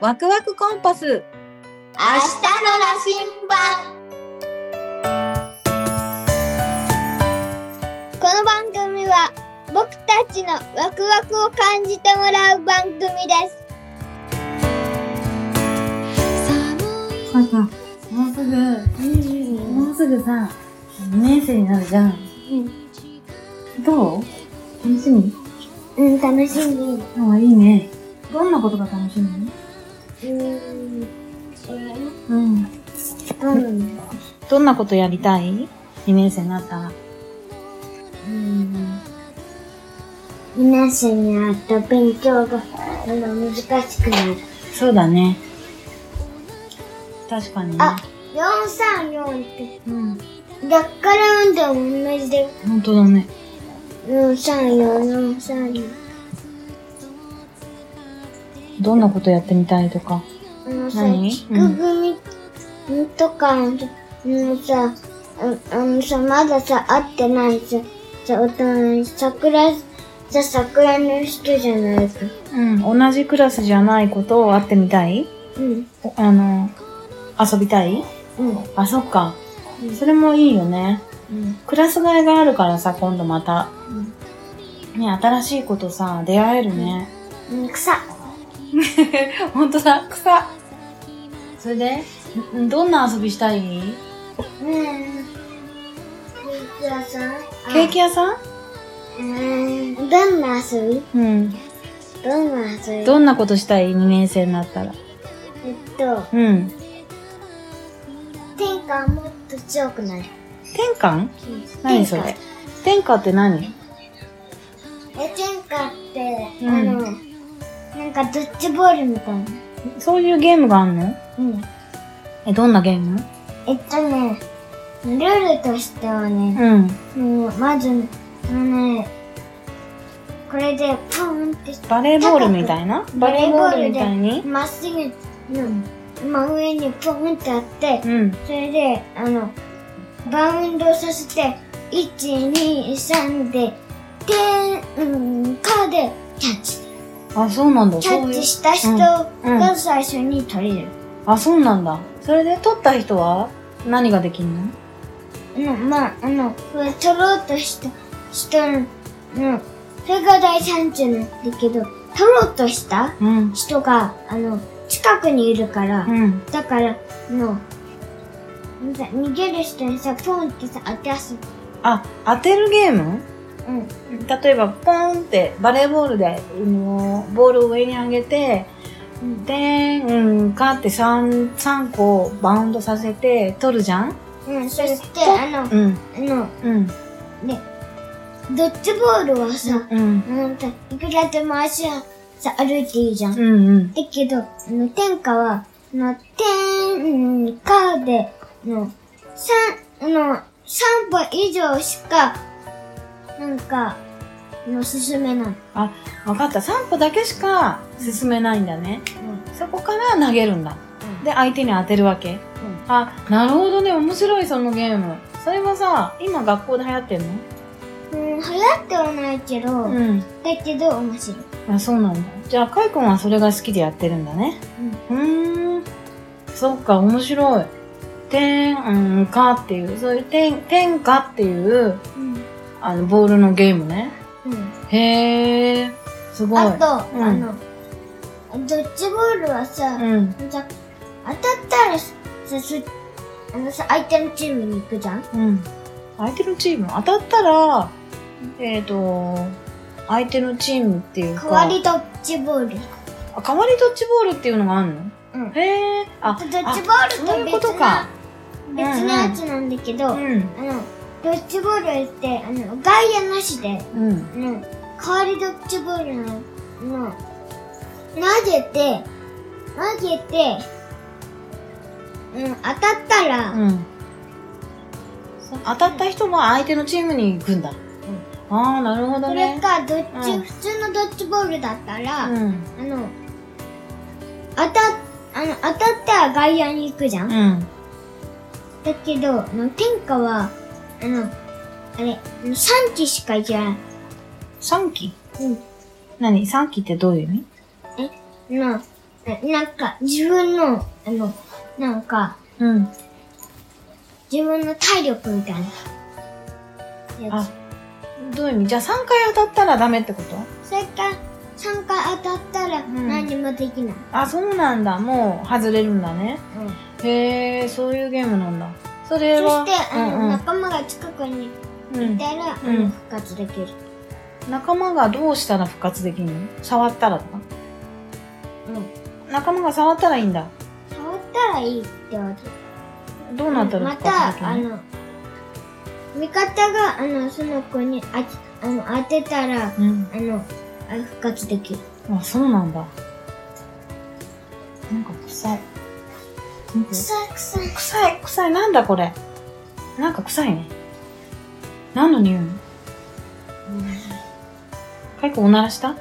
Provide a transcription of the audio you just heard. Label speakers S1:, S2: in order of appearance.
S1: ワクワクコンパス
S2: 明日の羅針盤この番組は僕たちのワクワクを感じてもらう番組です
S3: パパ、もうすぐ、もうすぐさ、2年生になるじゃん。どう楽しみ
S2: うん楽しみ
S3: ああ、いいね。どんなことが楽しみ
S2: うん
S3: うん。
S2: うん
S3: どんなことやりたい ?2 年生になったら。
S2: うん皆さんに会った勉強があの難しくなる
S3: そうだね。確かにね。
S2: あ434って
S3: うん。
S2: 逆から運動も同じだよ
S3: 本当だね。
S2: 43443
S3: どんなことやってみたいとか。
S2: あのさ、
S3: 何
S2: 菊組とかのさ、うん、さああのさ、まださ、会ってないさ、さ、お互い、桜、さ、桜の人じゃないか。
S3: うん。同じクラスじゃないことを会ってみたい
S2: うん、
S3: おあの、遊びたい
S2: うん、
S3: あ、そっか
S2: う。ん
S3: それもいいよね。
S2: うん、
S3: クラス替えがあるからさ、今度また。
S2: うん
S3: ね、新しいことさ、出会えるね。
S2: うん、草。
S3: ほんとだ、草。それでんどんな遊びしたい
S2: うん。ケーキ屋さん
S3: ケーキ屋さん
S2: うん。どんな遊び
S3: うん。
S2: どんな遊び
S3: どんなことしたい ?2 年生になったら。
S2: えっと、
S3: うん。
S2: 天下もっと強くなる。
S3: 転換何それ転換って何
S2: え、天下って、
S3: うん
S2: あの、なんかドッジボールみたいな。
S3: そういうゲームがあんの
S2: うん。
S3: え、どんなゲーム
S2: えっとね、ルールとしてはね、
S3: うん。
S2: もうまず、あのね、これでパーンってして、
S3: バレーボールみたいなバレーボールみたいに
S2: まっすぐ、うん、真上にポーンってあって、
S3: うん。
S2: それで、あの、バウンドさせて、1、2、3で、で、うん、カーでキャッチ。
S3: あ、そうなんだ。
S2: キャ
S3: そう
S2: ッ
S3: いう
S2: チした人
S3: うん
S2: が最初に取れる。
S3: あ、そうなんだ。それで取った人は何ができるの
S2: うん、まあ、あの、取ろうとした人の、うん、それが大惨事なんだけど、取ろうとした
S3: うん。
S2: 人が、あの、近くにいるから、
S3: うん。
S2: だから、あの、なんか逃げる人にさ、ポンってさ、当てやす。
S3: あ、当てるゲーム
S2: うん。
S3: 例えば、ポーンって、バレーボールで、あのボールを上に上げて、
S2: うん。
S3: で、うん、かって3、3個バウンドさせて、取るじゃん
S2: うん、そして、あの、あ
S3: うん。
S2: の、
S3: うん。
S2: ね、ドッジボールはさ、
S3: うん。
S2: なんか、いくらでも足はさ、歩いていいじゃん。だ
S3: うんうん。
S2: けど、あの、天下は、あの、天下で、あの、三、あの、三歩以上しか、なんか、あの、進めない。
S3: あ、わかった。3歩だけしか進めないんだね。
S2: うん。
S3: そこから投げるんだ。で、相手に当てるわ
S2: う
S3: け。
S2: ん
S3: あ、なるほどね。面白い、そのゲーム。それはさ、今学校で流行ってんの
S2: うん、流行ってはないけど、
S3: うん。
S2: だけど面白い。
S3: あそうなんだじゃあかいくんはそれが好きでやってるんだねうんーんそっか面白い天うんかっていうそういう天天下っていう
S2: うん。
S3: あのボールのゲームね
S2: うん。
S3: へえすごい
S2: あと、
S3: うん
S2: あの、ドッジボールはさ、
S3: うん
S2: じゃ当たったらさ、そあのさ、相手のチームに行くじゃん
S3: うん相手のチーム当たったらえっ、と相手のチームっていうか
S2: 代わりドッジボール。
S3: あ代わりドッジボールっていうのがあるの
S2: うん
S3: へえあ
S2: ドッジボールと
S3: そういうこと
S2: 別
S3: か
S2: な別のやつなんだけど、
S3: うん
S2: あの、ドッジボールって、あの、外野なしで、
S3: うん
S2: あの、代わりドッジボールの、の、投げて、投げて、うん、当たったら、
S3: うん、そ当たった人も相手のチームに行くんだ、ああなるほど
S2: それ
S3: ね
S2: かどっち、
S3: うん
S2: 普通のドッジボールだったら、
S3: うん
S2: あの当たあの当たったら外野に行くじゃん、
S3: うん
S2: だけどあの天下はあのあれ3機しかいけない、
S3: 3期
S2: うん、
S3: 何3期ってどういう意味
S2: えのなんか、自分の、あの、なんか、
S3: うん。
S2: 自分の体力みたいなや
S3: あ、どういう意味じゃあ3回当たったらダメってこと
S2: つ。それから、3回当たったら
S3: ん
S2: 何もできない。
S3: あ、そうなんだ。もう外れるんだね。
S2: うん
S3: へえ、そういうゲームなんだ。そ
S2: そ
S3: れ
S2: し
S3: は、
S2: て、あの、
S3: うんうん
S2: 仲間が近くにい
S3: うん
S2: たら、
S3: うん
S2: あ
S3: うん
S2: の復活できる。
S3: 仲間がどうしたら復活できるの触ったらとか仲間が触ったらいいんだ。
S2: 触ったらいいってわけ。
S3: どうなったら
S2: ま
S3: 復活でき
S2: た、あ
S3: るの、
S2: の、味方が、あの、その子にあきあの当てたら、
S3: うん。
S2: あの、あ復活できる。
S3: あ、そうなんだ。なんか臭い。見て
S2: 臭い臭い。
S3: 臭い、臭い。なんだこれ。なんか臭いね。何の匂いかいこおならした
S2: うん。